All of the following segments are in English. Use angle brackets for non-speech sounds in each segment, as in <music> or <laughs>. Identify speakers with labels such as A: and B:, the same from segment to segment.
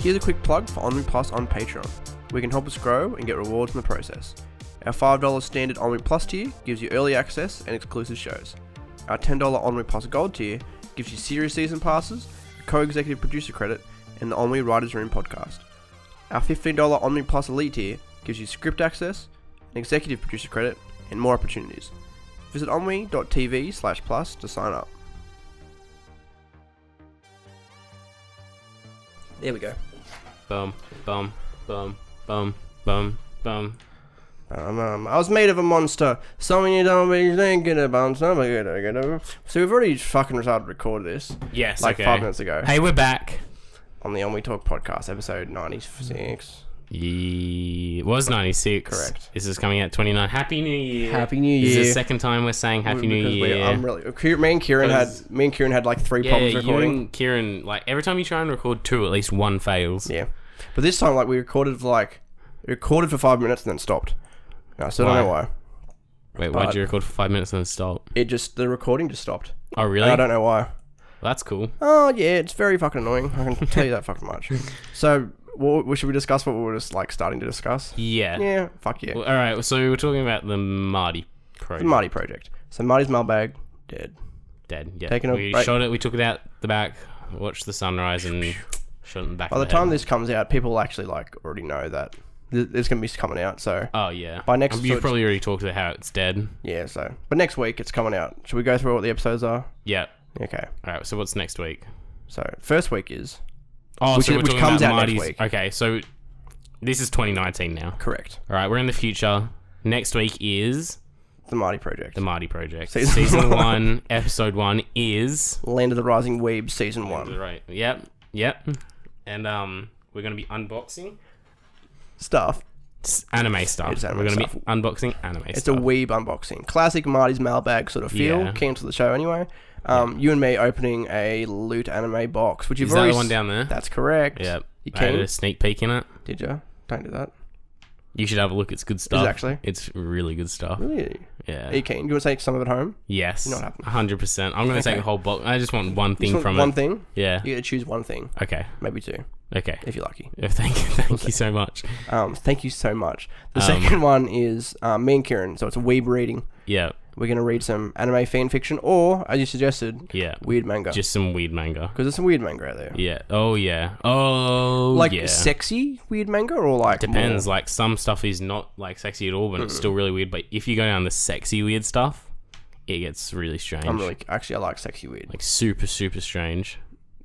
A: Here's a quick plug for OnWeek Plus on Patreon, where you can help us grow and get rewards in the process. Our $5 standard OnWeek Plus tier gives you early access and exclusive shows. Our $10 OnWeek Plus Gold tier gives you series season passes, a co-executive producer credit, and the OnWeek Writers Room podcast. Our $15 OnWeek Plus Elite tier gives you script access, an executive producer credit, and more opportunities. Visit onwe.tv slash plus to sign up. There we go.
B: Bum, bum, bum, bum, bum, bum.
A: Um, um, I was made of a monster. Something you don't be thinking about. Something you don't get over. So we've already fucking started to record this
B: Yes,
A: like
B: okay.
A: five minutes ago
B: Hey, we're back.
A: on the On We Talk podcast, episode 96.
B: Ye- it was 96.
A: Correct.
B: This is coming out 29. Happy New Year.
A: Happy New
B: This is
A: Year.
B: the second time we're saying Happy New
A: because we-
B: Year.
A: I'm really. Ki- Me and Kieran
B: Because-
A: had me and Kieran had like three
B: yeah,
A: problems
B: you
A: recording.
B: and Kieran, like, every time you try and record two, at least one fails.
A: Yeah, but this time like we recorded for like recorded for five minutes and then stopped. I still don't know why.
B: Wait, why'd
A: But-
B: you record for five minutes and then stop?
A: It just the recording just stopped.
B: Oh,
A: And
B: really?
A: I don't know why.
B: That's cool.
A: Oh yeah, it's very fucking annoying. I can tell you that fucking
B: <laughs>
A: much. So, what, what should we discuss? What we were just like starting to discuss?
B: Yeah.
A: Yeah, fuck yeah.
B: Well, all right, so we were talking about the Marty
A: The
B: project.
A: Marty project. So Marty's mailbag dead.
B: Dead. Yeah.
A: Taking a
B: we
A: break.
B: shot it. We took it out the back. Watched the sunrise and shot it in the back.
A: By the
B: of the
A: time
B: head.
A: this comes out, people actually like already know that th- it's gonna be coming out. So
B: Oh yeah.
A: by next- so
B: You've
A: it's-
B: probably already talked about how it's dead.
A: yeah, so but next week it's coming out. Should we go through what the episodes are?
B: Yeah.
A: Okay.
B: All right. So what's next week?
A: So first week is
B: Oh,
A: Which
B: so
A: is-
B: we're
A: which
B: talking
A: comes
B: about
A: out next
B: Marty's.
A: week.
B: Okay, so this is 2019 now.
A: correct.
B: All right, we're in the future. Next week is
A: The Marty project.
B: the Marty Project.
A: Season
B: Season, one, episode one is
A: Land of the Rising Weeb season one.
B: right. Yep, yep. And um, we're gonna be unboxing
A: Stuff.
B: s- anime stuff.
A: It's anime
B: we're gonna
A: stuff.
B: be unboxing anime
A: It's
B: stuff.
A: a weeb unboxing. Classic Marty's mailbag sort of feel.
B: Yeah.
A: Cancel the show anyway. Um, you and me opening a loot anime box, which you've
B: is that
A: already
B: the one
A: s-
B: down there?
A: That's correct.
B: yep.
A: You
B: I had
A: can.
B: a sneak peek in it.
A: Did you? Don't do that.
B: You should have a look. It's good stuff.
A: actually-
B: It's really good stuff.
A: Really?
B: Yeah.
A: Are you keen? Do you want to take some of it home?
B: yes.
A: not happening.
B: hundred percent. I'm gonna take
A: Okay.
B: a whole box. I just want one thing
A: Just want
B: from
A: one
B: it.
A: thing.
B: Yeah.
A: You get to choose one thing,
B: Okay.
A: maybe two,
B: Okay.
A: if you're lucky.
B: Yeah, <laughs> Thank you, thank you so much.
A: Um, thank you so much. The
B: Um,
A: second <laughs> one is um, me and Kieran. So it's a weeb reading.
B: Yeah,
A: We're gonna read some anime fan fiction, or as you suggested,
B: yeah.
A: weird manga.
B: Just some weird manga.
A: Because there's some weird manga out there.
B: Yeah. Oh yeah. Oh
A: Like
B: yeah.
A: sexy weird manga, or like
B: Depends.
A: more- Mm-hmm.
B: Like some stuff is not like sexy at all, but it's still really weird. But if you go down the sexy weird stuff, it gets really strange.
A: I'm really actually I like sexy weird.
B: like super super strange.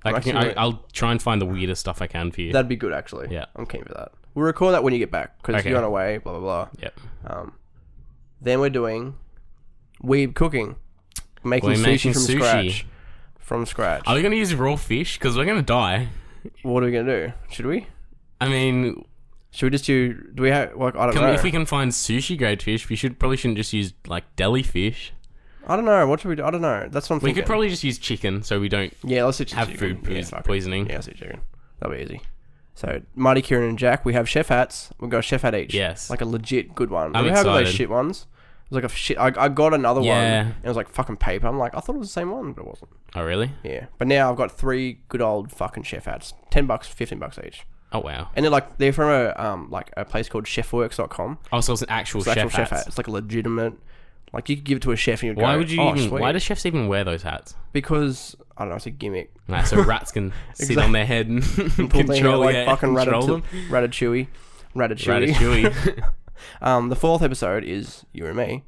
A: I'm
B: Like, I can,
A: actually
B: I, I'll try and find the weirdest stuff I can for you.
A: That'd be good actually.
B: Yeah.
A: I'm keen for that. We'll record that when you get back because
B: Okay.
A: you're on away. Blah blah
B: yep.
A: blah. Um, then we're doing weeb cooking, making
B: We're
A: sushi
B: making
A: from
B: sushi. Uh,
A: scratch. From scratch.
B: Are we gonna use raw fish? Because we're gonna die.
A: what are we gonna do? Should we?
B: I mean,
A: Should we just do? Do we have? Like, I don't
B: can we,
A: know.
B: if we can find sushi grade fish, we should probably shouldn't just use like deli fish.
A: I don't know. What should we do? I don't know. That's what I'm
B: We
A: thinking.
B: could probably just use chicken, so we don't
A: yeah. Let's do
B: have
A: chicken.
B: food
A: yeah,
B: pois-
A: fuck it.
B: poisoning.
A: Yeah, let's do chicken. That'll be easy. So Marty, Kieran, and Jack, we have chef hats. We have got a chef hat each.
B: Yes.
A: like a legit good one.
B: I'm
A: we had those
B: excited.
A: shit ones. It was like a shit. I, I got another
B: Yeah.
A: one. and It was like fucking paper. I'm like, I thought it was the same one, but it wasn't.
B: Oh really?
A: Yeah. But now I've got three good old fucking chef hats. Ten bucks, fifteen bucks each.
B: Oh wow.
A: And they're like they're from a um like a place called chefworks.com.
B: Oh, so it's an actual,
A: It's actual
B: chef,
A: chef
B: hats.
A: hat. It's like a legitimate. Like you could give it to a chef and you'd
B: Why
A: go,
B: would you
A: "Oh,
B: even?
A: sweet."
B: Why do chefs even wear those hats?
A: Because I don't know, it's a gimmick. <laughs>
B: Nah, so rats can sit on their head and <laughs>
A: Pull their hair
B: control,
A: like
B: yeah,
A: fucking
B: control
A: Ratatou-
B: them.
A: Ratatouille. Ratatouille.
B: Ratatouille.
A: <laughs> Um, the fourth episode is you and me,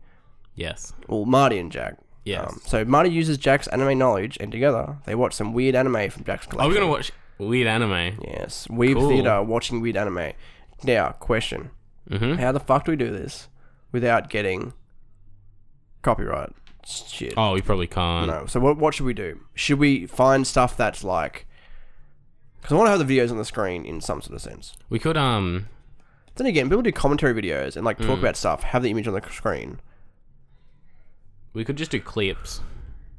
B: yes.
A: or Marty and Jack.
B: Yes.
A: Um, so Marty uses Jack's anime knowledge, and together they watch some weird anime from Jack's collection.
B: Are we gonna watch weird anime?
A: Yes, Weeb
B: Cool.
A: Theater watching weird anime. Now, question:
B: Mm-hmm.
A: How the fuck do we do this without getting copyright? Shit.
B: Oh, we probably can't.
A: No. So what what should we do? Should we find stuff that's like? Because I want to have the videos on the screen in some sort of sense.
B: We could um.
A: Then again, people do commentary videos and like
B: Mm.
A: talk about stuff, have the image on the screen.
B: We could just do clips.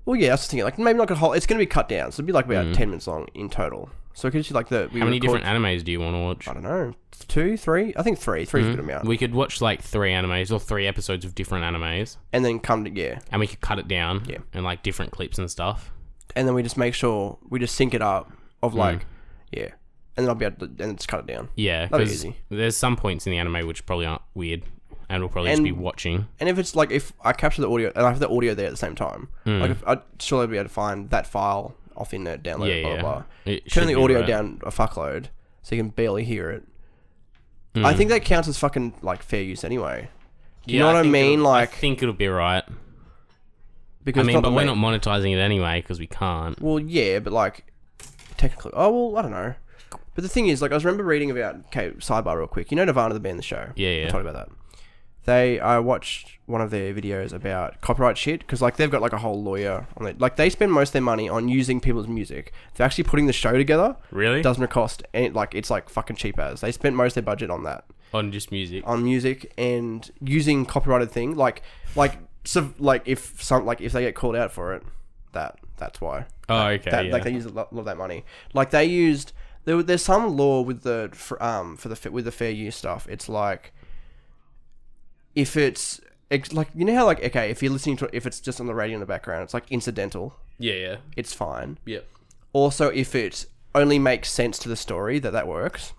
A: Well, yeah, I was just thinking like maybe not a whole. It's going to be cut down, so it'd be like about ten minutes long in total. So it could just be like the we
B: Mm. How many
A: record-
B: different animes do you want to
A: I
B: watch?
A: don't know, two, three. I think three, three's a good amount.
B: Mm. We could watch like three animes or three episodes of different animes,
A: and then come to yeah,
B: and we could cut it down.
A: Yeah.
B: And like different clips and stuff.
A: and then we just make sure we just sync it up of like yeah. and then I'll be able to and just cut it down.
B: Mm. Yeah,
A: That'd be
B: because
A: easy.
B: there's some points in the anime which probably aren't weird, and we'll probably just
A: And-
B: be watching.
A: And if it's like if I capture the audio and I have the audio there at the same time,
B: Mm.
A: like if I'd surely be able to find that file off the internet, download
B: Yeah,
A: it, blah
B: yeah.
A: blah blah.
B: It should
A: Turn the
B: be
A: audio
B: right.
A: down a fuckload so you can barely hear it.
B: Hmm.
A: I think that counts as fucking like fair use anyway. Do you know what I,
B: think
A: mean?
B: it'll-
A: Like
B: I think it'll be right.
A: because
B: I
A: it's
B: mean, but
A: the
B: we're
A: main-
B: not monetizing it anyway because we can't.
A: Well, yeah, but like technically, oh well, I don't know. But the thing is, like, I was remember reading about. Okay, sidebar real quick. You know Nirvana, the band, the show.
B: Yeah, yeah.
A: I talked about that. They, I watched one of their videos about copyright shit because, like, they've got like a whole lawyer on it. Like, they spend most of their money on using people's music. They're actually putting the show together.
B: Really?
A: Doesn't cost any. Like, it's like fucking cheap as. They spent most of their budget on that
B: On just music.
A: on music and using copyrighted thing. Like, like, so, like if some like if they get called out for it, that that's why
B: Oh, okay.
A: that
B: yeah.
A: like they used a lot, lot of that money. Like they used there, were- there's some law with the for, um for the fa- with the fair use stuff. It's like if it's it's like you know how like okay if you're listening to if it's just on the radio in the background it's like incidental
B: yeah, yeah,
A: it's fine.
B: yeah.
A: Also if it only makes sense to the story that that works.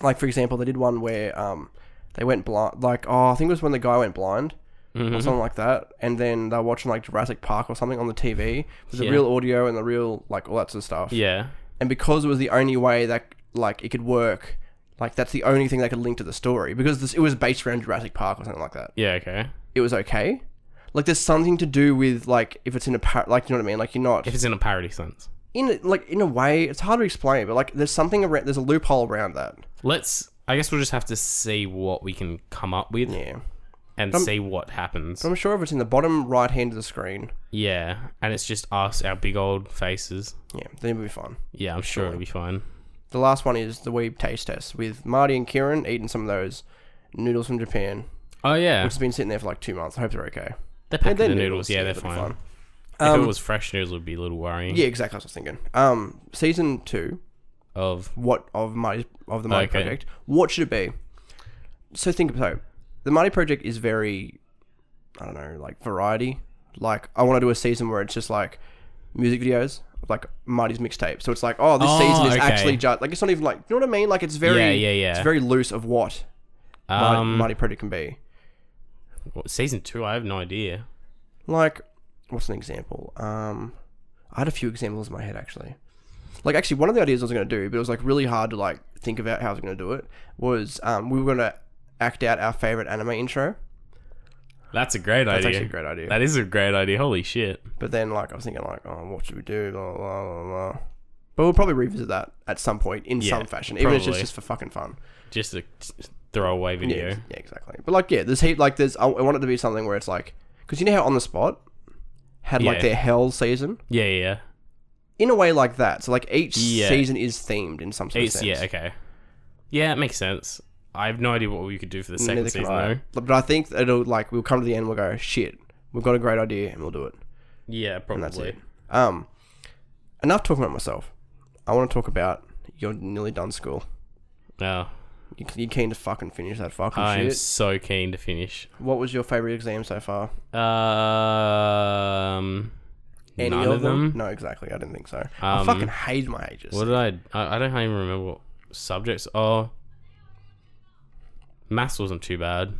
A: Like for example they did one where um they went blind like oh I think it was when the guy went blind.
B: Mm-hmm.
A: Or something like that, and then they're watching like Jurassic Park or something on the TV with
B: Yeah.
A: the real audio and the real like all that sort of stuff
B: Yeah.
A: and because it was the only way that like it could work, like that's the only thing that could link to the story because this, it was based around Jurassic Park or something like that.
B: Yeah. Okay.
A: It was okay. Like there's something to do with like if it's in a par- like you know what I mean like you're not
B: If it's in a parody sense,
A: in a- like in a way it's hard to explain but like there's something around there's a loophole around that
B: let's. I guess we'll just have to see what we can come up with
A: yeah
B: and see what happens.
A: I'm sure if it's in the bottom right hand of the screen
B: yeah, and it's just us, our big old faces.
A: yeah then it'll be fun
B: Yeah, I'm sure it'll be fine.
A: the last one is the Weeb taste test with Marty and Kieran eating some of those noodles from Japan
B: Oh yeah,
A: it's been sitting there for like two months I hope they're okay
B: they're packed
A: they're
B: with noodles. Yeah, they're
A: but
B: fine. if it was fresh noodles, it would be a little worrying.
A: Um, Yeah, exactly. That's what I was thinking. Um, season two,
B: Of
A: what of Marty of the Marty
B: Okay.
A: Project? What should it be? So think about so the Marty Project is very, I don't know, like variety. Like I want to do a season where it's just like music videos, like Marty's mixtape. So it's like, oh, this
B: Oh,
A: season is
B: okay.
A: actually just like it's not even like you know what I mean. Like it's very
B: Yeah, yeah, yeah.
A: It's very loose of what Marty,
B: um,
A: Marty Project can be.
B: what- season two, I have no idea.
A: Like, what's an example? Um, I had a few examples in my head actually. Like, actually, one of the ideas I was gonna do, but it was like really hard to like think about how I was gonna do it. Was um, we were gonna act out our favorite anime intro.
B: That's a great
A: That's
B: idea.
A: actually a great idea.
B: That is a great idea. Holy shit.
A: but then, like, I was thinking like, oh, what should we do? Blah, blah, blah, blah. But we'll probably revisit that at some point in
B: Yeah,
A: some fashion, even if it's
B: probably.
A: just for fucking fun.
B: Just a throwaway video.
A: Yeah, yeah, exactly. But like, yeah, there's heat. Like, there's I, I want it to be something where it's like, because you know how on the spot had like
B: Yeah.
A: their hell season.
B: Yeah, yeah.
A: in a way like that. So like each
B: Yeah.
A: season is themed in some sort of
B: It's,
A: sense.
B: yeah, okay. Yeah, it makes sense. I have no idea what we could do for the second
A: Neither
B: season,
A: can I.
B: though.
A: But I think it'll like we'll come to the end. We'll go shit. We've got a great idea and we'll do it.
B: Yeah, probably.
A: That's it. Um, enough talking about myself. I want to talk about you're nearly done school.
B: Oh,
A: You, you keen to fucking finish that fucking
B: I am
A: shit?
B: so keen to finish.
A: What was your favorite exam so far?
B: Um, none of them.
A: No, exactly. I didn't think so. I
B: Um,
A: fucking hate my ages.
B: What did I, I? I don't even remember what subjects. Oh, maths wasn't too bad.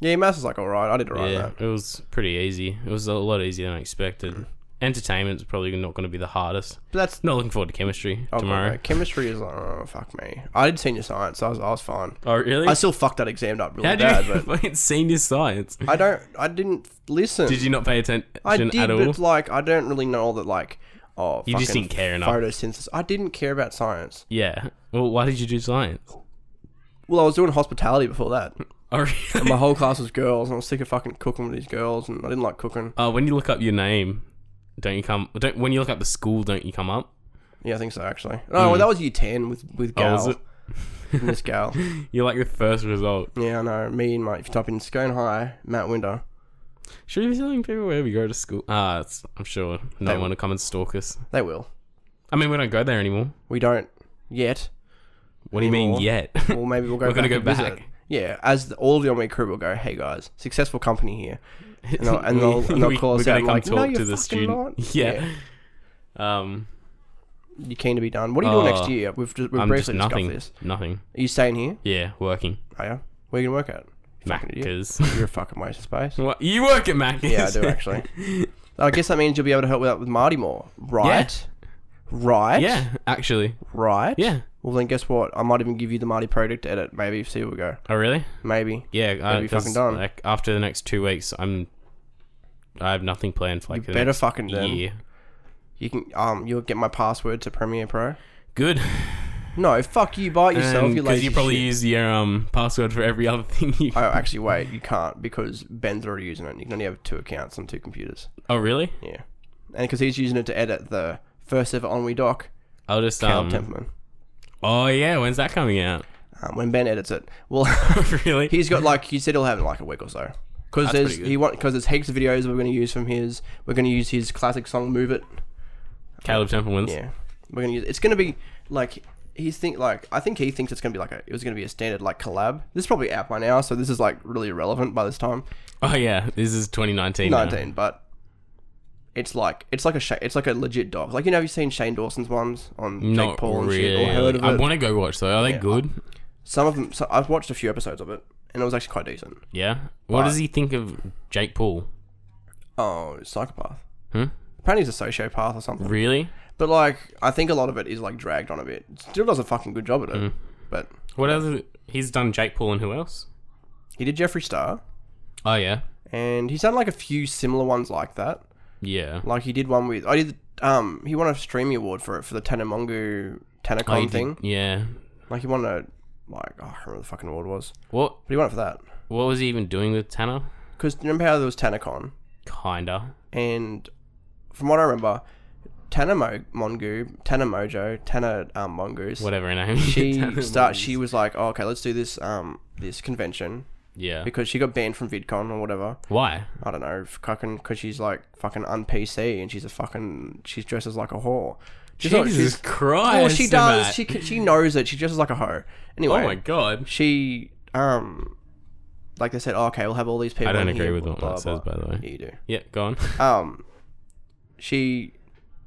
A: Yeah, maths is like all right. I did all right.
B: yeah,
A: there.
B: it was pretty easy. It was a lot easier than I expected. Entertainment's probably not going to be the hardest.
A: But that's
B: Not looking forward to chemistry
A: oh, God,
B: tomorrow.
A: no. Chemistry is like oh fuck me. I did senior science. So I was I was fine.
B: Oh, really?
A: I still fucked that exam up really
B: How
A: bad.
B: <laughs> did you
A: But
B: fucking senior science?
A: I don't. I didn't listen.
B: Did you not pay attention
A: I did,
B: at all?
A: but like, I don't really know all that. Like, oh,
B: You just
A: fucking
B: didn't care enough.
A: Photosynthesis. I didn't care about science.
B: Yeah. Well, why did you do science? <laughs>
A: Well, I was doing hospitality before that.
B: Oh, really?
A: My whole class was girls, and I was sick of fucking cooking with these girls, and I didn't like cooking.
B: Uh, when you look up your name, don't you come? Don't when you look up the school, don't you come up?
A: Yeah, I think so actually. No, well, that was year ten with with
B: Mm. Oh,
A: gal.
B: was it?
A: <laughs> and this
B: <laughs>
A: gal.
B: You're like the first result.
A: Yeah, I know. Me and my. If you type in Scone High, Matt Window.
B: Should we be telling people where we go to school? Ah, it's, I'm sure no
A: They-
B: one will come and stalk us.
A: They will.
B: I mean, we don't go there anymore.
A: We don't yet.
B: What do you mean
A: Anymore.
B: yet?
A: <laughs> Well, maybe we'll go.
B: We're gonna
A: back
B: go
A: and visit.
B: back.
A: Yeah, as the, all of the Omni crew will go, hey guys, successful company
B: <laughs>
A: here. <laughs> And they'll, and they'll, and they'll
B: We-
A: call
B: we're
A: us
B: gonna
A: out
B: come <laughs>
A: like, no,
B: talk
A: you're
B: to the
A: fucking
B: student.
A: not.
B: Yeah. Um,
A: you keen to be done? What are you doing
B: Uh,
A: next year? We've, just, we've
B: I'm just
A: briefly discussed
B: nothing.
A: this.
B: Nothing.
A: Are you staying here?
B: Yeah, working.
A: Oh, yeah. Where you going to work at? Fucking idiot.
B: Macca's.
A: You're a fucking waste of space.
B: <laughs> what? You work at Macca's?
A: Yeah, I
B: <laughs>
A: do actually. I guess that means you'll be able to help out with Marty more, right? Right.
B: yeah, actually.
A: Right.
B: Yeah.
A: Well, then guess what? I might even give you the Marty project to edit. Maybe see where we go.
B: Oh, really?
A: Maybe.
B: Yeah. I,
A: be
B: 'cause,
A: fucking done.
B: Like, after the next two weeks, I'm. I have nothing planned for like the
A: Better
B: next
A: fucking then.
B: year.
A: You can um. You'll get my password to Premiere Pro.
B: Good.
A: No, fuck you. Bite <laughs> yourself. you
B: Because
A: lazy
B: Um, you probably
A: shit.
B: use your um password for every other <laughs> thing you.
A: Oh, actually, wait. You can't because Ben's already using it. You can only have two accounts on two computers.
B: oh, really?
A: Yeah. And because he's using it to edit the first ever Onwe doc,
B: I'll just
A: Cal
B: um.
A: Templeman.
B: Oh yeah, when's that coming out? <laughs>
A: Um, when Ben edits it, well, <laughs>
B: really?
A: he's got like he said he'll have it in like a week or so. Because
B: That's
A: there's
B: pretty good.
A: he want because there's heaps of videos we're going to use from his. We're going to use his classic song "Move It."
B: Caleb Templeman's.
A: Yeah, we're going to use. It's going to be like he's think like I think he thinks it's going to be like a, it was going to be a standard like collab. This is probably out by now, so this is like really irrelevant by this time.
B: Oh yeah, this is 2019. now.
A: 19, but it's like it's like a Sha- it's like a legit doc. Like you know, have you seen Shane Dawson's ones on
B: Not
A: Jake Paul and
B: really.
A: shit, or heard of
B: I
A: it?
B: want to go watch though. Are they good?
A: Some of them. So I've watched a few episodes of it, and it was actually quite decent.
B: Yeah. What does he think of Jake Paul?
A: Oh, psychopath.
B: Hmm?
A: Apparently he's a sociopath or something.
B: Really?
A: But like, I think a lot of it is like dragged on a bit. Still does a fucking good job at it.
B: Hmm.
A: But
B: What other? He's done Jake Paul and who else?
A: he did Jeffree Star,
B: Oh yeah,
A: and he's done like a few similar ones like that.
B: yeah.
A: Like he did one with I did um he won a Streamy Award for it for the Tanamongu
B: Oh, he
A: Tanacon
B: did-
A: thing.
B: Yeah.
A: Like he won a like oh, I can't remember the fucking award was,
B: What?
A: but he won it for that.
B: What was he even doing with Tanner?
A: Because remember how there was Tanacon,
B: Kinda.
A: and from what I remember, Tana Mo- Mongu, Tana Mojo, Tana um, Mongoose.
B: Whatever her name.
A: <laughs> she
B: <laughs> Tanner
A: start
B: was-
A: she was like oh, okay let's do this um this convention
B: Yeah.
A: because she got banned from VidCon or whatever
B: Why?
A: I don't know fucking because she's like fucking un PC and she's a fucking she's dresses like a whore she's not-
B: Jesus
A: she's-
B: Christ!
A: oh she does
B: Matt.
A: she can- she knows it she dresses like a hoe anyway
B: oh my God.
A: she um like they said oh, okay we'll have all these people
B: I don't
A: in
B: agree
A: here,
B: with
A: blah,
B: what
A: blah,
B: Matt says,
A: blah.
B: by the way.
A: yeah you do
B: Yeah,
A: <laughs>
B: go on.
A: um she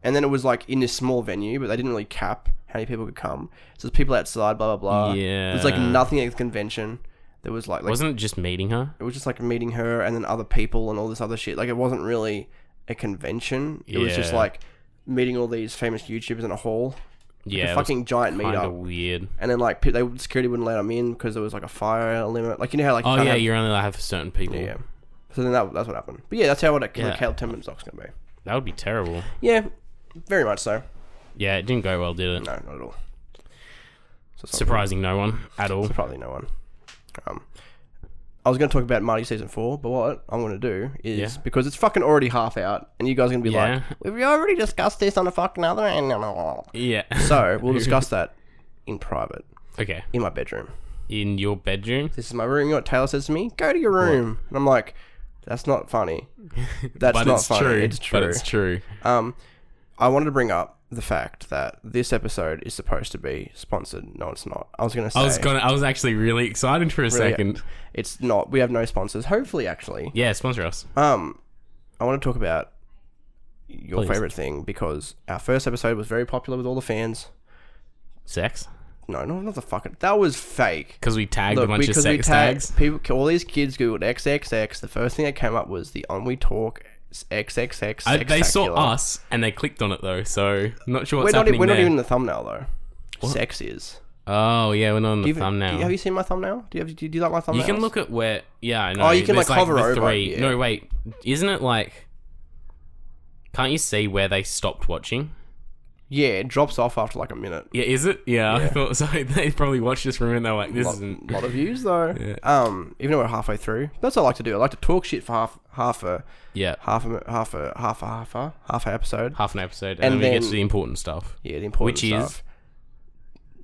A: and then it was like in this small venue but they didn't really cap how many people could come so there's people outside blah blah blah
B: Yeah.
A: there's like nothing at the convention there was like, like
B: Wasn't it just meeting her?
A: it was just like meeting her and then other people and all this other shit like it wasn't really a convention it was just
B: Yeah.
A: like meeting all these famous youtubers in a hall a
B: Yeah. it was
A: fucking giant
B: kinda
A: meetup
B: weird.
A: and then like pe- they security wouldn't let them in because there was like a fire limit like you know how like you
B: Oh
A: can't
B: yeah,
A: have-
B: you're only allowed to have certain people.
A: yeah so then that, that's what happened but yeah that's how what
B: Yeah.
A: yeah. Caleb Timmons doc's gonna be
B: That would be terrible.
A: yeah very much so
B: Yeah, it didn't go well, did it?
A: No, not at all. So it's not-
B: Surprising no one at all.
A: Probably no one. Um, I was going to talk about Marty season four, but what I'm going to do is
B: Yeah.
A: because it's fucking already half out, and you guys are going to be
B: Yeah.
A: like, "We've already discussed this on a fucking other end."
B: <laughs> Yeah.
A: So we'll discuss that in private
B: okay.
A: in my bedroom.
B: In your bedroom?
A: This is my room. You know what Taylor says to me? Go to your room, and I'm like, "That's not
B: <laughs>
A: funny. That's
B: But
A: not
B: it's
A: funny.
B: true.
A: It's true."
B: But it's true.
A: Um, I wanted to bring up the fact that this episode is supposed to be sponsored. No, it's not. I was going to say
B: I was gonna I was actually really excited for a second.
A: It's not. We have no sponsors. Hopefully, actually.
B: Yeah, sponsor us.
A: Um, I want to talk about your
B: Please.
A: favorite thing because our first episode was very popular with all the fans.
B: Sex?
A: No, no, not the fucking. That was fake.
B: Because we tagged a
A: Look,
B: bunch of
A: because we
B: sex
A: tagged
B: tags.
A: people. All these kids googled XXX. The first thing that came up was the On We Talk XXX.
B: I, they saw
A: sextacular.
B: us and they clicked on it though, so not sure
A: We're
B: what's
A: not. e-
B: happening
A: We're not
B: there.
A: even in the thumbnail though. Sex is.
B: oh yeah, we're not on the
A: Even- do
B: thumbnail.
A: you- have you seen my thumbnail? Do you have, do you do you like my thumbnail?
B: You can look at where. Yeah, I know.
A: Oh, you can,
B: There's,
A: like, hover
B: the
A: over it,
B: Three.
A: yeah.
B: No, wait. Isn't it like? Can't you see where they stopped watching?
A: Yeah, it drops off after like a minute.
B: Yeah, is it? Yeah, I <laughs> thought so. They probably watched this room and they're like, <laughs> "This isn't."
A: a lot of views though.
B: <laughs> Yeah.
A: Um, even though we're halfway through, that's what I like to do. I like to talk shit for half, half a,
B: Yeah,
A: half a, half a, half a, half a, half a episode.
B: half an episode, and,
A: And
B: then, we get to
A: then-
B: the important stuff.
A: Yeah, the important
B: Which is-
A: stuff.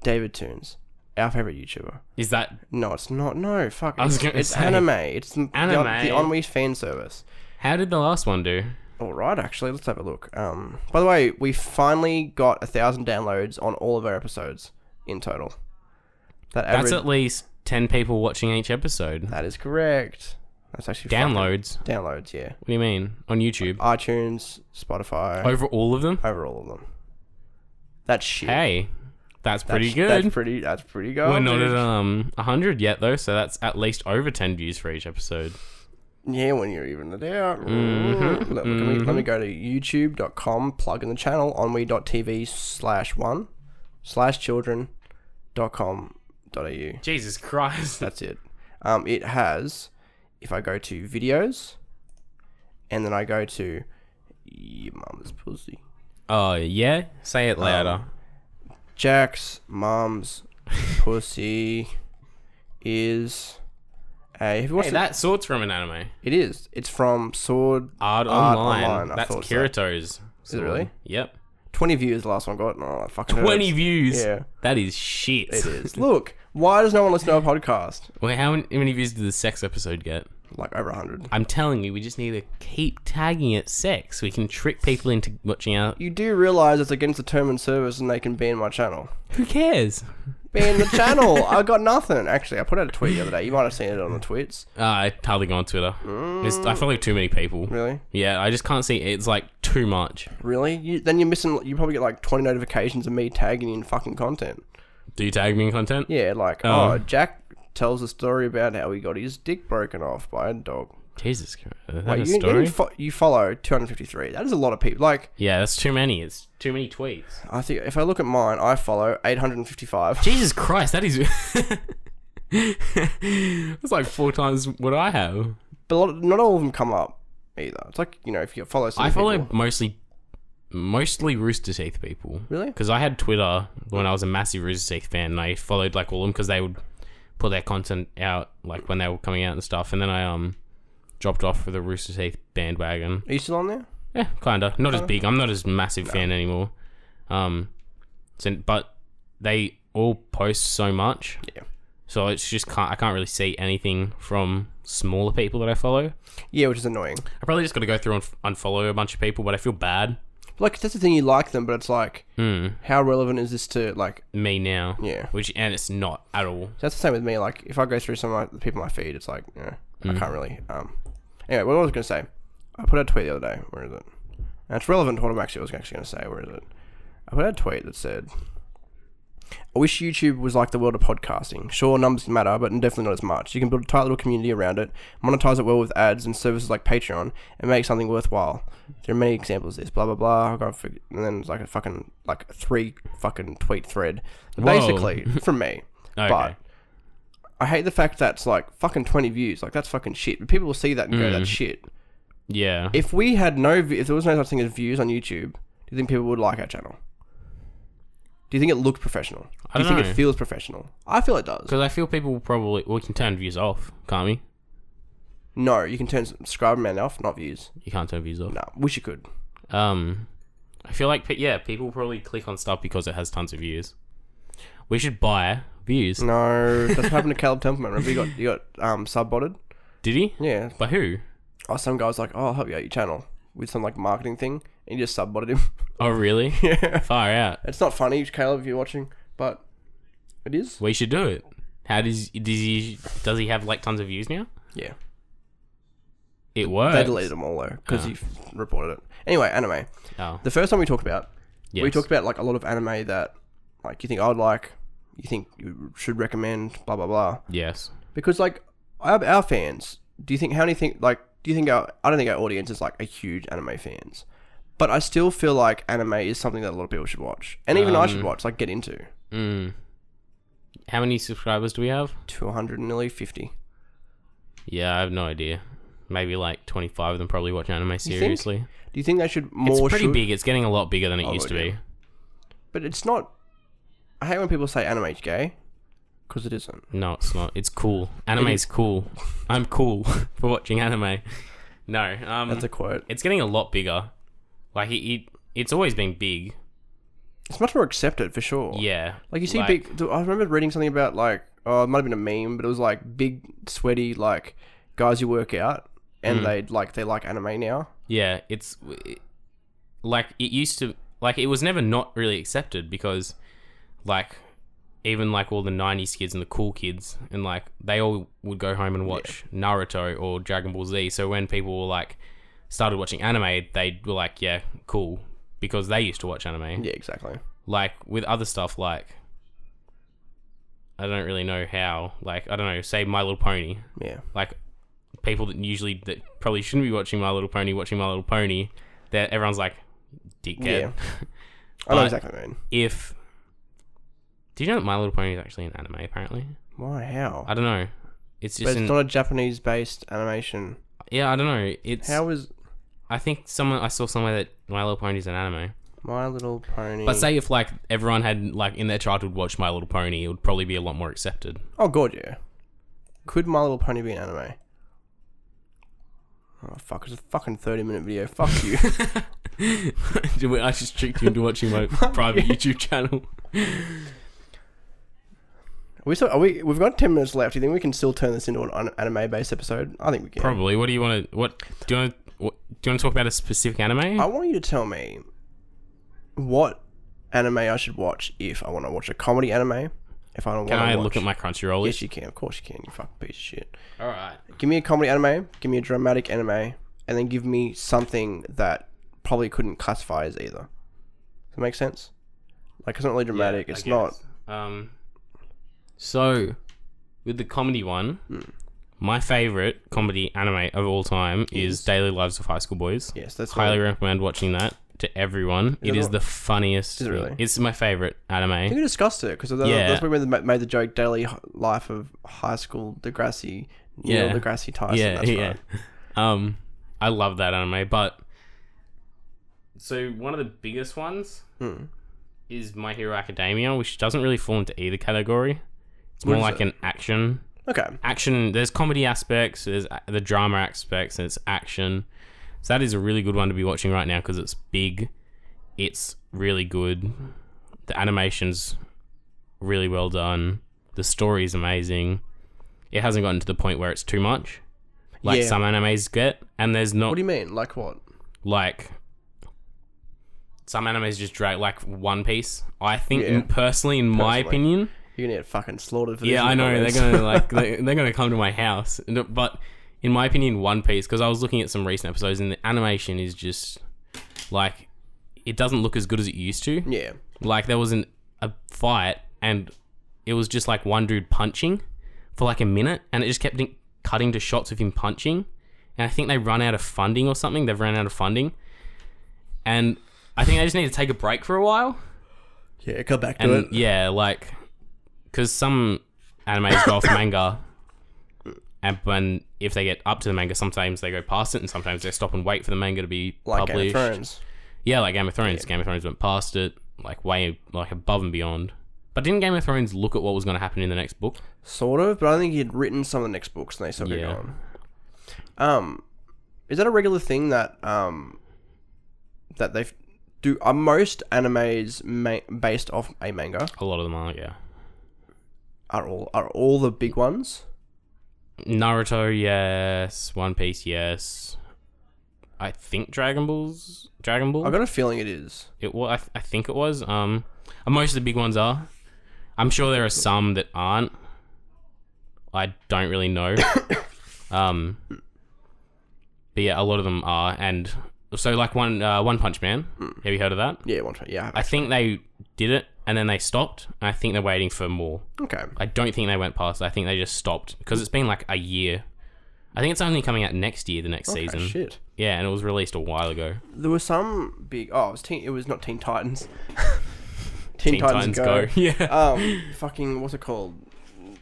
A: David Toons, our favorite YouTuber.
B: Is that
A: No, it's not. No, fuck.
B: was
A: it's
B: gonna
A: it's
B: say.
A: anime. It's the,
B: Anime.
A: the, the Onwe fan service.
B: how did the last one do?
A: All right, actually, let's have a look. Um, by the way, we finally got a thousand downloads on all of our episodes in total. That average.
B: That's at least ten people watching each episode.
A: That is correct. That's actually fucking-
B: Downloads. What
A: downloads. Yeah.
B: do you mean on YouTube?
A: iTunes, Spotify,
B: Over all of them?
A: over all of them. That's shit.
B: Hey,
A: That's-
B: that's pretty good.
A: That's pretty. That's pretty good.
B: We're not at um 100 yet though, so that's at least over 10 views for each episode.
A: Yeah, when you're even it out.
B: Mm-hmm.
A: Look, look, Let, me, let me go to youtube.com, plug in the channel, onwe.tv slash one slash children dot com dot au.
B: Jesus Christ.
A: That's it. Um, it has, if I go to videos, and then I go to your mum's pussy,
B: Oh, yeah. Say it louder.
A: Um, Jack's
B: <laughs>
A: mum's pussy is a. Have you watched
B: hey,
A: it?
B: that sort's from an anime.
A: It is. It's from Sword.
B: Art,
A: Art
B: Online.
A: Online, I
B: that's
A: thought so.
B: Kirito's.
A: Is it really?
B: Yep.
A: Twenty views. The last one got. Oh, I fucking heard.
B: 20 views.
A: Yeah.
B: That is shit.
A: It is. <laughs> Look, why does no one listen to our podcast?
B: Wait, how many- how many views did the sex episode get?
A: Like over 100.
B: I'm telling you, we just need to keep tagging it sex. We can trick people into watching out.
A: You do realize it's against the term and service and they can ban my channel.
B: Who cares?
A: Ban the
B: <laughs>
A: channel! I got nothing. Actually, I put out a tweet the other day. You might have seen it on the tweets.
B: Uh, I hardly go on Twitter. It's, I follow too many people.
A: Really?
B: Yeah, I just can't see. It's like too much.
A: Really? You, then you're missing, you probably get like 20 notifications of me tagging you in fucking content.
B: Do you tag me in content?
A: Yeah, like,
B: Oh.
A: oh, Jack tells a story about how he got his dick broken off by a dog.
B: Jesus Christ. Is that
A: Like,
B: a
A: you,
B: story?
A: You, fo- you follow 253. That is a lot of people. Like,
B: yeah, that's too many. It's too many tweets.
A: I think if I look at mine, I follow 855.
B: Jesus Christ, that is. <laughs> That's like four times what I have.
A: But a lot not all of them come up either. It's like you know, if you follow, some
B: I follow
A: people-
B: mostly, mostly Rooster Teeth people.
A: Really?
B: Because I had Twitter when I was a massive Rooster Teeth fan, and I followed like all of them because they would put their content out like when they were coming out and stuff. And then I um dropped off for the Rooster Teeth bandwagon.
A: Are you still on there?
B: Yeah, kinda. Not as big. I'm not as massive fan anymore. Um, so, but they all post so much.
A: Yeah.
B: So it's just can't I can't really see anything from smaller people that I follow.
A: Yeah, which is annoying.
B: I probably just got to go through and f- unfollow a bunch of people, but I feel bad.
A: Like that's the thing you like them, but it's like,
B: Hmm.
A: how relevant is this to like?
B: Me now.
A: Yeah,
B: Which and it's not at all.
A: that's the same with me. Like if I go through some of my, the people in my feed, it's like, yeah, I can't really. Um. Anyway, what I was gonna say, I put out a tweet the other day. Where is it? And it's relevant to what I'm actually was actually gonna say. Where is it? I put out a tweet that said, "I wish YouTube was like the world of podcasting. Sure, numbers matter, but definitely not as much. You can build a tight little community around it, monetize it well with ads and services like Patreon, and make something worthwhile. There are many examples of this. Blah blah blah. I got fig- and then it's like a fucking like three fucking tweet thread,
B: Whoa.
A: basically <laughs> from me.
B: Okay.
A: But I hate the fact that's like fucking twenty views. Like that's fucking shit. But people will see that and go,
B: Mm.
A: "That's shit."
B: yeah.
A: If we had no, vi- if there was no such thing as views on YouTube, do you think people would like our channel? Do you think it looks professional?
B: I
A: Do you
B: don't
A: think
B: know.
A: it feels professional? I feel it does.
B: Because I feel people will probably well, we can turn views off, can't we?
A: No, you can turn subscriber man off, not views.
B: You can't turn views off.
A: No, wish you could.
B: Um, I feel like pe- yeah, people probably click on stuff because it has tons of views. We should buy views.
A: Mm. No, that's what happened to Caleb Templeman. Remember, you got you got um subbotted.
B: Did he?
A: Yeah.
B: By who?
A: Oh, some guy was like, "Oh, I'll help you out your channel with some like marketing thing," and you just subbotted him.
B: Oh, really?
A: <laughs> yeah,
B: Far out.
A: it's not funny, Caleb, if you're watching, but it is.
B: We should do it. How does does he does he have like tons of views now?
A: Yeah.
B: It works.
A: They deleted them all though
B: Uh.
A: because he reported it. Anyway, anime.
B: Oh,
A: The first time we talked about, we
B: Yes.
A: talked about like a lot of anime that, like, you think I'd like, you think you should recommend, blah blah blah.
B: yes.
A: Because like, our, our fans, do you think how many think like do you think our I don't think our audience is like a huge anime fans, but I still feel like anime is something that a lot of people should watch, and even I should watch, like, get into.
B: Mm. How many subscribers do we have?
A: Two hundred and nearly fifty.
B: Yeah, I have no idea. Maybe like twenty five of them probably watch anime
A: think?
B: seriously.
A: Do you think they should more?
B: It's pretty
A: should-
B: big. It's getting a lot bigger than it
A: Oh,
B: used to
A: yeah.
B: be.
A: but it's not. I hate when people say anime is gay, because it isn't.
B: No, it's not. It's cool. Anime
A: It
B: is cool. <laughs> I'm cool for watching anime. No, um,
A: That's a quote.
B: it's getting a lot bigger. Like it, it it's always been big.
A: It's much more accepted for sure.
B: Yeah,
A: Like you see big. I remember reading something about like oh it might have been a meme, but it was like big sweaty like guys who work out and
B: Mm.
A: they like they like anime now.
B: Yeah, it's it- like it used to like it was never not really accepted because like even like all the 90s kids and the cool kids and like they all would go home and watch Naruto or Dragon Ball Z. So when people were like started watching anime, they were like, yeah, cool because they used to watch anime.
A: Yeah, exactly.
B: like with other stuff like I don't really know how. Like I don't know, say My Little Pony.
A: Yeah.
B: Like people that usually that probably shouldn't be watching My Little Pony, watching My Little Pony, that everyone's like,
A: Yeah. I
B: dickhead.
A: know
B: But-
A: exactly what I mean.
B: If do you know that My Little Pony is actually an anime? Apparently,
A: Why? How?
B: I don't know. It's
A: But it's
B: just an,
A: not a Japanese based animation.
B: yeah, I don't know. It's
A: How is
B: I think someone I saw somewhere that My Little Pony is an anime.
A: My Little Pony?
B: But say if like everyone had like in their childhood watched My Little Pony, it would probably be a lot more <laughs> accepted.
A: oh god, yeah. Could My Little Pony be an anime? Oh fuck! It's a fucking thirty-minute video. Fuck
B: <laughs>
A: you.
B: I just tricked you into watching <laughs> my private YouTube channel.
A: Are we still, are we we've got ten minutes left. Do you think we can still turn this into an an anime-based episode? I think we can.
B: Probably. What do you want to? What do you want? What, do you want to talk about a specific anime?
A: I want you to tell me what anime I should watch if I want to watch a comedy anime. If I don't
B: Can
A: want
B: I
A: to watch,
B: look at my Crunchyroll
A: yes,
B: list?
A: you can. Of course, you can. You fucking piece of shit.
B: All right.
A: Give me a comedy anime. Give me a dramatic anime, and then give me something that probably couldn't classify as either. Does that make sense? Like it's not really dramatic. it's not.
B: Um. So, with the comedy one,
A: Hmm.
B: my favorite comedy anime of all time is Daily Lives of High School Boys.
A: Yes, that's
B: Highly
A: highly.
B: recommend watching that to everyone. it
A: it
B: is
A: not-
B: the funniest.
A: Is it really?
B: It's my favorite
A: I think
B: anime.
A: we discussed it because
B: Yeah.
A: that's when we made the joke daily h- life of high school Degrassi, yeah,
B: Yeah.
A: Degrassi Tyson.
B: Yeah,
A: that's
B: yeah.
A: Right.
B: <laughs> Um, I love that anime, but so one of the biggest ones
A: Hmm.
B: is My Hero Academia, which doesn't really fall into either category. It's
A: What
B: more
A: is
B: like an action
A: Okay,
B: action. There's comedy aspects, there's a- the drama aspects, and it's action. So that is a really good one to be watching right now because it's big, it's really good, the animation's really well done, the story is amazing. It hasn't gotten to the point where it's too much, like
A: Yeah.
B: some animes get, and there's
A: what
B: not
A: do you mean? Like what?
B: like some animes just drag like One Piece. I think
A: Yeah.
B: personally, in
A: Personally.
B: my opinion,
A: You're gonna get fucking slaughtered for this.
B: yeah,
A: in the
B: I know
A: comments.
B: they're
A: <laughs>
B: gonna like they, they're gonna come to my house, No, but in my opinion, One Piece because I was looking at some recent episodes and the animation is just like it doesn't look as good as it used to.
A: yeah,
B: Like there was an, a fight and it was just like one dude punching for like a minute, and it just kept in- cutting to shots of him punching. And I think they run out of funding or something. They've run out of funding, and I think they just need to take a break for a while.
A: yeah. Come back to
B: And
A: it.
B: yeah, like, because some animes
A: <coughs>
B: go off manga, and when if they get up to the manga, sometimes they go past it, and sometimes they stop and wait for the manga to be
A: Like Game of
B: published.
A: Thrones.
B: Yeah, like Game of Thrones. Game of Thrones went past it, like way like above and beyond. But didn't Game of Thrones look at what was going to happen in the next book?
A: Sort of, but I think he'd written some of the next books and they sort of
B: Yeah.
A: gone. Um, is that a regular thing that um that they do? Are most animes ma- based off a manga?
B: A lot of them are, yeah.
A: Are all are all the big ones?
B: Naruto, yes. One Piece, yes. I think Dragon Ball's Dragon Ball.
A: I got a feeling it is.
B: It was. I, th- I think it was. Um, and most of the big ones are. I'm sure there are some that aren't. I don't
A: <coughs>
B: really know. um, but yeah, a lot of them are, and so like one uh, One Punch Man. Have you heard of that?
A: Yeah, one. try- Yeah. I have
B: I think they did it, and then they stopped. And I think they're waiting for more.
A: it. Okay.
B: I don't think they went past. it. I think they just stopped because it's been like a year. I think it's only coming out next year, the next
A: Okay,
B: season.
A: Ah, Shit.
B: Yeah, and it was released a while ago.
A: There were some big. Oh, it was Teen. It was not Teen Titans. <laughs> Teen, Titans, Go.
B: Yeah.
A: um, fucking what's it called?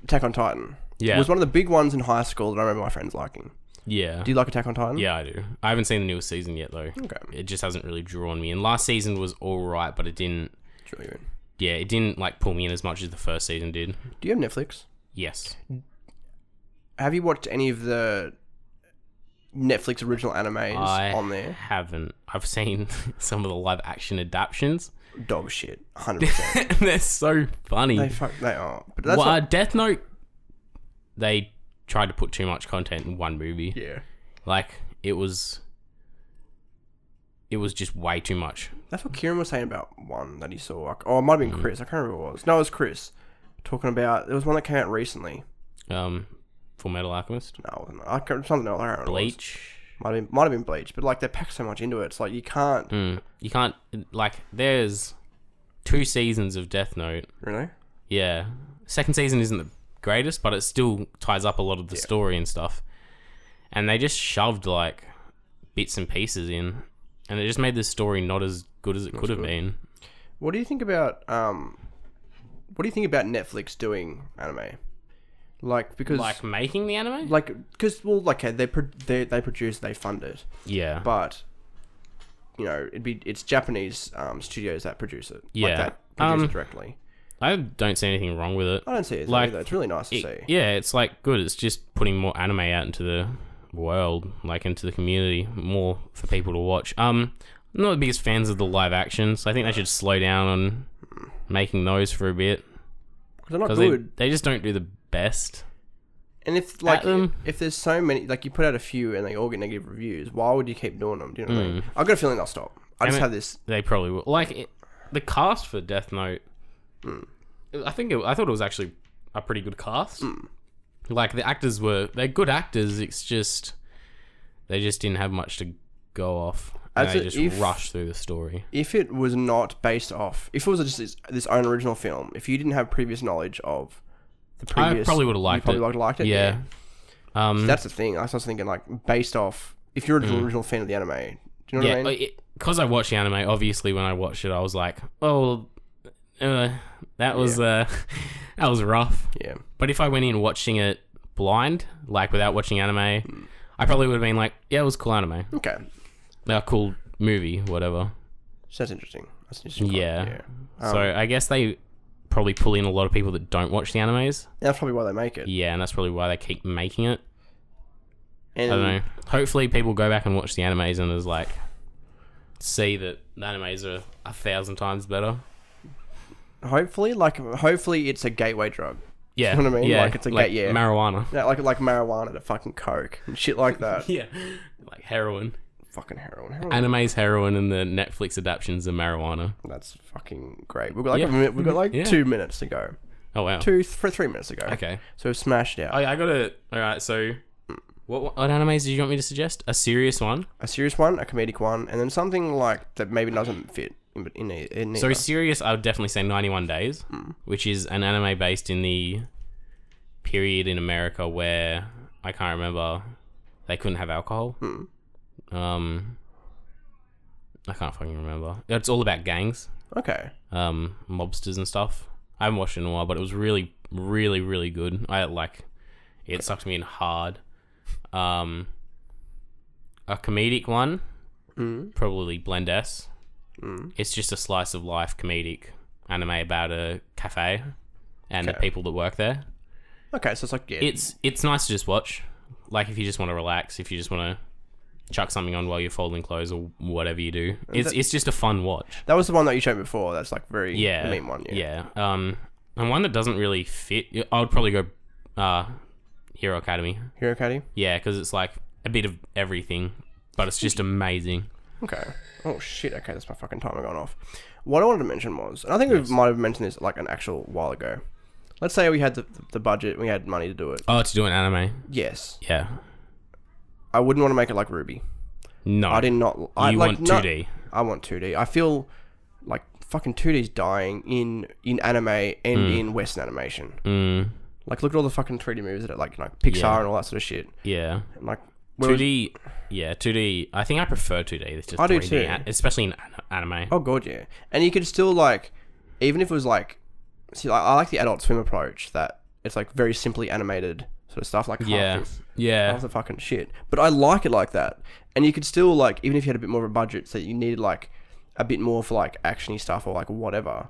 A: Attack on Titan.
B: <laughs> yeah.
A: It was one of the big ones in high school that I remember my friends liking.
B: yeah.
A: Do you like Attack on Titan?
B: Yeah, I do. I haven't seen the newest season yet though.
A: Okay.
B: It just hasn't really drawn me in. Last season was all right, but it didn't.
A: It's really good.
B: Yeah, it didn't like pull me in as much as the first season did.
A: Do you have Netflix?
B: Yes.
A: Have you watched any of the Netflix original animes
B: I
A: on there?
B: haven't. I've seen <laughs> some of the live action <laughs>
A: <laughs>
B: adaptions.
A: Dog shit.
B: <laughs>
A: 100%.
B: They're so funny.
A: they fuck, they are. But that's
B: Well,
A: not-
B: uh, Death Note, they tried to put too much content in one movie.
A: yeah.
B: Like it was, it was just way too much.
A: That's what Kieran was saying about one that he saw. Like, oh, it might have
B: Mm.
A: been Chris. I can't remember what it was. No, it was Chris. Talking about, there was one that came out recently.
B: Um, Full Metal Alchemist,
A: No, it wasn't. I can't, something else. I can't remember. what it was.
B: Bleach.
A: Might have, been, might have been Bleach, but like they pack so much into it. It's like you can't.
B: Mm. You can't like. There's two seasons of Death Note.
A: Really?
B: Yeah. Second season isn't the greatest, but it still ties up a lot of the story and stuff. And they just shoved like bits and pieces in, and it just made the story not as good as it could have been.
A: What do you think about um, what do you think about Netflix doing anime? Like because
B: Like making the anime?
A: like because well like okay, they pro- they they produce they fund it,
B: yeah.
A: but you know it'd be it's Japanese um, studios that produce it.
B: Yeah.
A: like that produce
B: Um,
A: it directly.
B: I don't see anything wrong with it.
A: I don't see it as
B: like,
A: like, It's really nice to
B: It-
A: see.
B: yeah, it's like good. It's just putting more anime out into the world, like into the community, more for people to watch. Um, I'm not the biggest fans of the live action, so I think they should slow down on making those for a bit
A: Because they're not
B: because they,
A: good.
B: they just don't do the best.
A: and if like
B: them.
A: if there's so many like you put out a few and they all get negative reviews, why would you keep doing them? Do you know what I
B: Mm.
A: mean? I've got a feeling they'll stop. I just
B: mean-
A: have this.
B: They probably will. Like it, the cast for Death Note,
A: Hmm.
B: I think it, I thought it was actually a pretty good cast.
A: Hmm.
B: Like the actors were they're good actors. It's just they just didn't have much to go off. And
A: As
B: they
A: a-
B: just
A: if-
B: rushed through the story.
A: If it was not based off, if it was just this, this own original film, if you didn't have previous knowledge of the
B: I
A: previous,
B: probably would have liked
A: probably
B: it.
A: would've <laughs> liked it,
B: Yeah. Um,
A: that's the thing. I was just thinking like based off. If you're an original fan of the anime, do you know
B: Mm. yeah,
A: what I mean?
B: because I watched the anime. Obviously, when I watched it, I was like, "Oh, uh, that was uh, <laughs> that was rough."
A: yeah,
B: But if I went in watching it blind, like without watching anime, I probably would have been like, "Yeah, it was cool anime,
A: okay.
B: a cool movie, whatever."
A: So that's interesting. That's an interesting.
B: Yeah.
A: yeah. Um,
B: so I guess they probably pull in a lot of people that don't watch the animes.
A: That's probably why they make it.
B: Yeah, and that's probably why they keep making it.
A: And
B: I don't know. Hopefully, people go back and watch the animes and is like, see that the animes are a thousand times better.
A: hopefully, like hopefully, it's a gateway drug.
B: Yeah,
A: know what I mean?
B: Yeah,
A: Like, it's a gate- yeah.
B: marijuana.
A: Yeah, like like marijuana to fucking coke and shit like that.
B: <laughs> Yeah, like heroin.
A: fucking heroin. heroin.
B: Anime's heroin and the Netflix adaptions are marijuana.
A: That's fucking great. We've got like
B: Yeah.
A: a minute, we've got like
B: <laughs> Yeah.
A: two minutes to go.
B: Oh wow.
A: Two for three minutes to go.
B: Okay.
A: So we've smashed out
B: Oh, yeah, I got to All right. So, what, what animes did you want me to suggest? A serious one.
A: a serious one, a comedic one, and then something like that maybe doesn't fit in in, e- in
B: So
A: either.
B: serious, I would definitely say 91 Days,
A: Hmm.
B: which is an anime based in the period in America where I can't remember they couldn't have alcohol.
A: Hmm.
B: Um, I can't fucking remember. It's all about gangs,
A: okay.
B: um, mobsters and stuff. I haven't watched it in a while, but it was really, really, really good. I like it sucked me in hard. Um, a comedic one,
A: Mm.
B: probably Blend S.
A: Mm.
B: It's just a slice of life comedic anime about a cafe and the
A: Okay.
B: people that work there.
A: Okay, so it's like yeah,
B: It's it's nice to just watch. Like if you just want to relax, if you just want to chuck something on while you're folding clothes or whatever you do. It's it's just a fun watch.
A: that was the one that you showed before. That's like very
B: Yeah.
A: mean one. Yeah.
B: Yeah. Um and one that doesn't really fit. I would probably go uh Hero Academy.
A: Hero Caddy.
B: Yeah, cuz it's like a bit of everything, but it's just amazing.
A: Okay. Oh shit. Okay, that's my fucking timer going off. What I wanted to mention was, and I think we might have mentioned this like an actual while ago. Let's say we had the, the budget, we had money to do it.
B: Oh, to do an anime.
A: Yes,
B: Yeah.
A: I wouldn't want to make it like Ruby.
B: No.
A: I did not. I
B: You
A: like,
B: want
A: no-
B: 2D.
A: I want 2D. I feel like fucking 2D's dying in in anime and in Western animation.
B: Mm,
A: Like, look at all the fucking 3D movies that are like like Pixar
B: Yeah.
A: and all that sort of shit.
B: yeah.
A: And, like,
B: Two
A: whereas,
B: D, yeah, two D. I think I prefer two D. It's just
A: I do
B: three
A: too.
B: D, especially in an- anime.
A: oh god, yeah. And you could still like, even if it was like, see, like, I like the Adult Swim approach that it's like very simply animated sort of stuff. Like, half
B: yeah,
A: this,
B: yeah,
A: half the fucking shit. But I like it like that. And you could still like, even if you had a bit more of a budget, so you needed like a bit more for like actiony stuff or like whatever.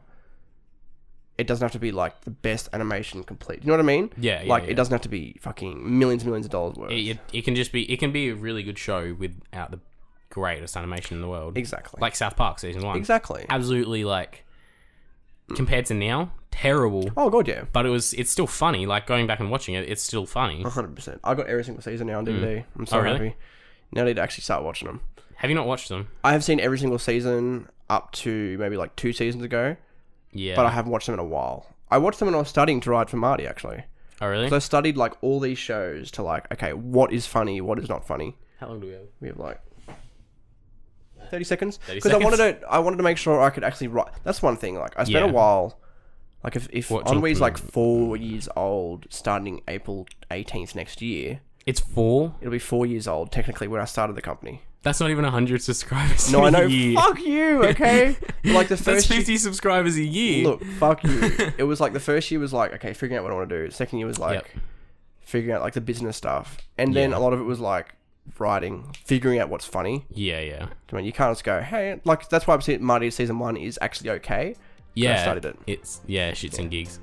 A: It doesn't have to be like the best animation complete. You know what I mean?
B: Yeah, yeah,
A: Like
B: yeah.
A: it doesn't have to be fucking millions and millions of dollars worth.
B: It, it, it can just be. It can be a really good show without the greatest animation in the world.
A: Exactly.
B: Like um, South Park season one.
A: exactly.
B: Absolutely, like compared to now, terrible.
A: Oh god, yeah,
B: But it was. It's still funny. Like going back and watching it, it's still funny.
A: hundred percent. I got every single season now on DVD. I'm so
B: Oh, really?
A: happy. Now I need to actually start watching them.
B: Have you not watched them?
A: I have seen every single season up to maybe like two seasons ago,
B: Yeah.
A: but I haven't watched them in a while. I watched them when I was studying to write for Marty actually.
B: oh really?
A: So I studied like all these shows to like, okay, what is funny, what is not funny.
B: How long do we have?
A: We have like thirty seconds.
B: 30
A: Because I wanted
B: seconds.
A: to, I wanted to make sure I could actually write. That's one thing. Like I spent
B: Yeah.
A: a while, like if if
B: Watching
A: Onui's like
B: through.
A: four years old, starting April eighteenth next year,
B: It's four.
A: it'll be four years old technically when I started the
B: <laughs>
A: company.
B: That's not even hundred subscribers.
A: No, I
B: in <laughs> a
A: know.
B: year.
A: Fuck you.
B: <laughs>
A: Okay, But, like the
B: That's
A: first year-
B: fifty subscribers a year.
A: look, fuck
B: <laughs>
A: you. It was like the first year was like okay, figuring out what I want to do. Second year was like
B: Yep.
A: figuring out like the business stuff, and then
B: Yeah.
A: a lot of it was like writing, figuring out what's funny.
B: Yeah, yeah,
A: I mean, you can't just go, hey, like that's why I'm saying Marty season one is actually okay.
B: yeah.
A: started it.
B: It's yeah, shits and gigs.